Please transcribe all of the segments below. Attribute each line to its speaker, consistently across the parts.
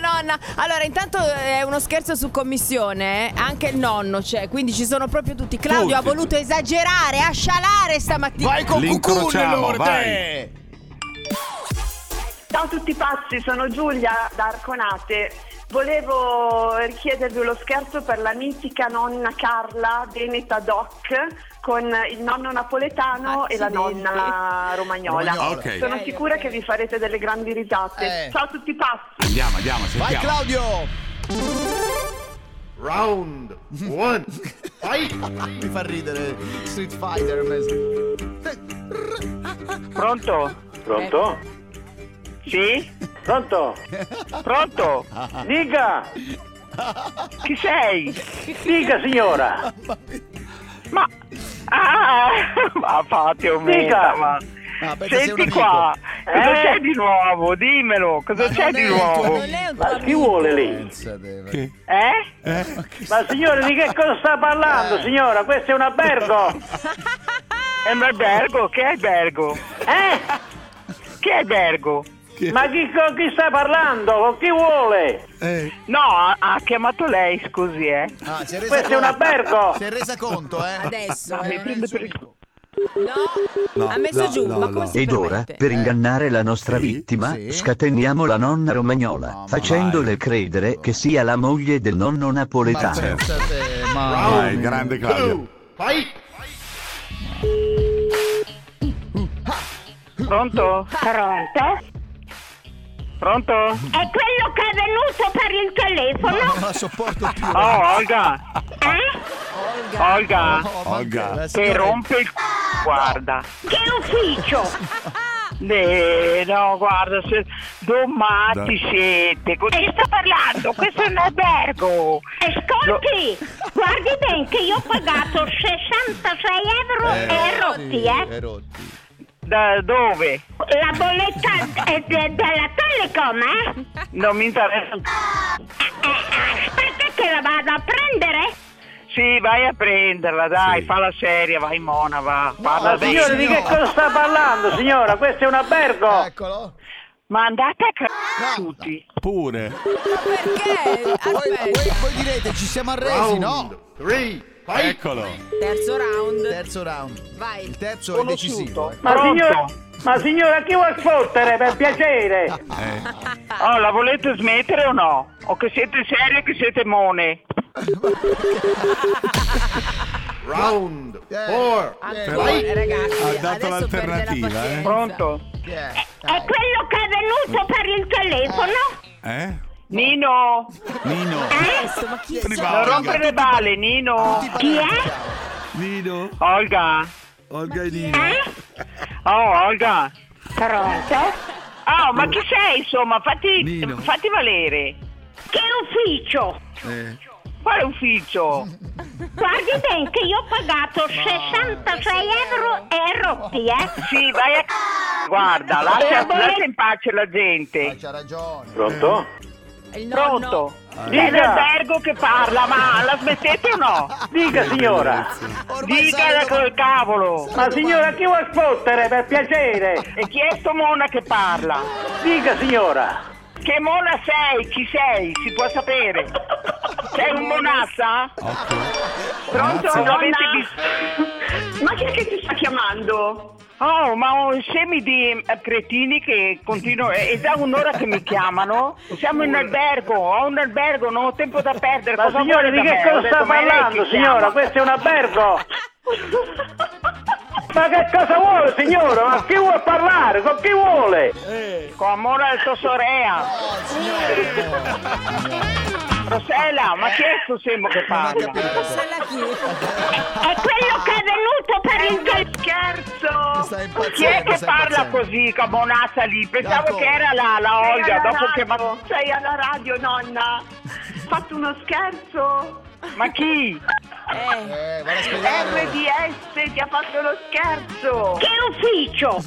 Speaker 1: nonna. Allora, intanto è uno scherzo su commissione, eh. anche il nonno c'è, quindi ci sono proprio tutti. Claudio
Speaker 2: Tutti.
Speaker 1: ha voluto esagerare, a scialare stamattina.
Speaker 2: Vai con cucù
Speaker 3: L'incrociamo,
Speaker 2: Lourde!
Speaker 4: Ciao a tutti pazzi, sono Giulia da Arconate. Volevo richiedervi lo scherzo per la mitica nonna Carla Veneta Doc con il nonno napoletano e la
Speaker 1: Accidenti.
Speaker 4: nonna romagnola.
Speaker 2: Romagnola.
Speaker 3: Ok.
Speaker 4: Sono
Speaker 1: Ok,
Speaker 4: sicura
Speaker 1: ok.
Speaker 4: che vi farete delle grandi risate.
Speaker 2: Eh.
Speaker 4: Ciao a tutti pazzi!
Speaker 3: Andiamo, andiamo, sentiamo.
Speaker 2: Vai Claudio!
Speaker 5: Round one. Fight.
Speaker 2: Mi fa ridere Street Fighter. a me.
Speaker 6: Pronto? Eh.
Speaker 7: Pronto?
Speaker 6: Sì?
Speaker 7: Pronto?
Speaker 6: Pronto? Dica! Chi sei?
Speaker 7: Dica signora!
Speaker 6: Ma... Ah! Ma fate un
Speaker 7: Dica.
Speaker 6: ma...
Speaker 2: Ah, perché sei un amico.
Speaker 6: Senti qua, cosa
Speaker 7: Eh?
Speaker 6: c'è di nuovo? Dimmelo, cosa
Speaker 2: Ma
Speaker 6: c'è
Speaker 2: non
Speaker 6: di
Speaker 2: è il tuo
Speaker 6: nuovo?
Speaker 1: Non è un tuo
Speaker 7: Ma chi
Speaker 1: amico.
Speaker 7: vuole lei?
Speaker 2: Pensate, va.
Speaker 6: Eh?
Speaker 7: Ma signora di che cosa sta parlando signora? Questo è un albergo!
Speaker 6: Eh, È un albergo? Che albergo?
Speaker 7: Eh?
Speaker 6: Che albergo?
Speaker 7: Ma chi, con chi sta parlando? Con chi vuole?
Speaker 6: No, ha, ha chiamato lei, scusi, eh.
Speaker 2: Ah, si è resa
Speaker 7: Questo è un
Speaker 2: conto.
Speaker 7: albergo!
Speaker 2: Si è resa conto, eh?
Speaker 1: Adesso,
Speaker 2: Non è
Speaker 1: eh.
Speaker 2: il suo amico.
Speaker 1: no. ha messo giù, ma come si
Speaker 8: Ed ora,
Speaker 1: permette?
Speaker 8: per ingannare la nostra vittima,
Speaker 2: Eh, sì.
Speaker 8: scateniamo la nonna romagnola,
Speaker 2: Mamma
Speaker 8: facendole credere che sia la moglie del nonno
Speaker 2: Ma certo.
Speaker 8: napoletano.
Speaker 2: pensate, ma...
Speaker 3: certo. Vai, grande Claudio.
Speaker 5: Fight.
Speaker 6: Pronto?
Speaker 9: Pronto?
Speaker 6: Pronto?
Speaker 9: È quello che è venuto per il telefono?
Speaker 2: Non la sopporto più.
Speaker 6: Oh, Olga!
Speaker 9: Eh?
Speaker 6: Olga!
Speaker 2: Oh, ma
Speaker 3: Olga.
Speaker 2: la
Speaker 6: Che
Speaker 2: signora-
Speaker 6: rompe il c***o, guarda.
Speaker 9: Che ufficio?
Speaker 6: Eh, no, guarda, se domani
Speaker 3: Dai.
Speaker 6: ti siete. Con chi sta parlando? Questo è un albergo.
Speaker 9: Ascolti, guardi bene che io ho pagato 66 euro
Speaker 2: Eh,
Speaker 9: e
Speaker 2: sì,
Speaker 9: rotti, eh.
Speaker 2: e rotti.
Speaker 6: Da dove?
Speaker 9: La bolletta è de- della Telecom, eh?
Speaker 6: Non mi interessa. un c***o.
Speaker 9: Aspetta che la vado a prendere.
Speaker 6: Sì, vai a prenderla, dai, fa la seria, vai mona, va. Parla
Speaker 2: no,
Speaker 6: dei-
Speaker 7: Signora di che cosa sta parlando signora? Questo è un albergo!
Speaker 2: Eccolo.
Speaker 6: Ma andate a c***o tutti.
Speaker 3: Pure.
Speaker 1: Perché?
Speaker 2: Voi, voi,
Speaker 1: Aspetta,
Speaker 2: voi direte ci siamo arresi,
Speaker 5: Round
Speaker 2: no?
Speaker 5: three. Fight.
Speaker 3: Eccolo.
Speaker 1: terzo round.
Speaker 2: Terzo round.
Speaker 1: Vai.
Speaker 2: Il terzo è decisivo. eh.
Speaker 7: Ma
Speaker 6: Pronto?
Speaker 7: signora, ma signora chi vuol fottere per piacere?
Speaker 3: Eh,
Speaker 9: Ah.
Speaker 6: Oh, la volete smettere o no? O che siete serie o che siete mone?
Speaker 5: Round
Speaker 2: Eh.
Speaker 5: four.
Speaker 1: Ancora, eh, ragazzi,
Speaker 3: Ha dato
Speaker 1: adesso perde la
Speaker 3: l'alternativa, eh.
Speaker 1: pazienza.
Speaker 6: Pronto?
Speaker 2: Chi è?
Speaker 9: È Eh,
Speaker 2: eh,
Speaker 9: quello che è venuto per il telefono?
Speaker 3: Eh?
Speaker 6: Nino,
Speaker 3: Nino.
Speaker 9: eh?
Speaker 1: Adesso, ma chi
Speaker 3: Prima
Speaker 1: sono?
Speaker 3: Olga.
Speaker 6: rompe le balle, Nino.
Speaker 9: Chi è?
Speaker 3: Nino.
Speaker 6: Olga.
Speaker 3: Olga e Nino.
Speaker 9: Eh?
Speaker 6: Oh, Olga.
Speaker 9: Pronto?
Speaker 6: Oh, ma chi sei, insomma? Fatti,
Speaker 3: Nino.
Speaker 6: fatti valere.
Speaker 9: Che ufficio?
Speaker 6: Quale ufficio?
Speaker 9: Guardi bene che io ho pagato 66 euro e rotti, eh?
Speaker 6: Sì, vai a c***o. Guarda, lascia, lascia in pace la
Speaker 2: Ah,
Speaker 6: gente.
Speaker 2: c'ha ragione.
Speaker 7: Pronto?
Speaker 1: Il nonno.
Speaker 6: Pronto? È
Speaker 7: Dica,
Speaker 6: l'albergo che parla, ma la smettete o no?
Speaker 7: dica signora!
Speaker 2: Ormai
Speaker 6: Dicala
Speaker 2: sai dove-
Speaker 6: col cavolo.
Speaker 7: Ma signora chi vuol fottere per piacere?
Speaker 6: E chi è sto mona che parla?
Speaker 7: Dica signora!
Speaker 6: Che mona sei? Chi sei? Si può sapere. Sei un monazza? Pronto?
Speaker 3: Monazza.
Speaker 6: Non avete
Speaker 4: Nonna?
Speaker 6: bis-
Speaker 4: Ma chi è che ti sta chiamando?
Speaker 6: Oh, ma ho un semi di eh, cretini che continuano. È è da un'ora che mi chiamano. Siamo in albergo, ho un albergo, non ho tempo da perdere.
Speaker 7: Ma
Speaker 6: Cosa
Speaker 7: signora
Speaker 6: vuole
Speaker 7: di
Speaker 6: da
Speaker 7: che
Speaker 6: me? Ho
Speaker 7: cosa
Speaker 6: detto,
Speaker 7: sta
Speaker 6: ma è lei che
Speaker 7: parlando
Speaker 6: chiama.
Speaker 7: signora? Questo è un albergo! Ma che cosa vuole signora? Ma chi vuole parlare? Con chi vuole?
Speaker 6: Eh. Con amore al tuo sorella.
Speaker 2: Eh,
Speaker 6: Rossella, ma chi è sto semo che
Speaker 2: Non ha
Speaker 6: parla?
Speaker 2: capito.
Speaker 1: Rossella chi?
Speaker 9: È quello che è
Speaker 7: Oh,
Speaker 9: venuto per il telefono.
Speaker 6: Scherzo!
Speaker 2: Stai impazzendo,
Speaker 6: Chi è che
Speaker 2: stai
Speaker 6: parla
Speaker 2: impazzendo.
Speaker 6: così, cabonazza lì? Pensavo
Speaker 2: D'accordo.
Speaker 6: che era la, la
Speaker 4: Sei
Speaker 6: Olga,
Speaker 4: alla
Speaker 6: dopo che... Ma,
Speaker 4: radio, Sei alla radio, nonna. Fatto uno scherzo.
Speaker 6: ma chi?
Speaker 1: Eh,
Speaker 2: Eh, vado a spiegare.
Speaker 4: RDS ti ha fatto lo scherzo.
Speaker 9: Che ufficio?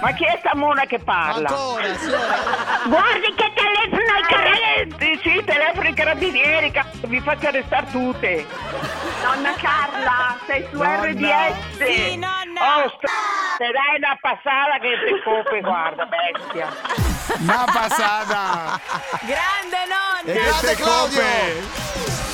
Speaker 6: Ma chi è sta mona che parla?
Speaker 2: Ancora, signora.
Speaker 9: Guardi che telefono
Speaker 6: Ah,
Speaker 9: ai carabinieri.
Speaker 6: Sì, sì, telefono ai carabinieri, cazzo, vi faccio arrestare tutte.
Speaker 4: Nonna Carla, sei su
Speaker 2: Nonna.
Speaker 4: RDS.
Speaker 1: sì, nonna.
Speaker 6: Oh, sto... Te dai una passata che ti coppe, guarda, bestia.
Speaker 2: Una passata.
Speaker 1: Grande nonna. grande!
Speaker 2: Grande Claudio!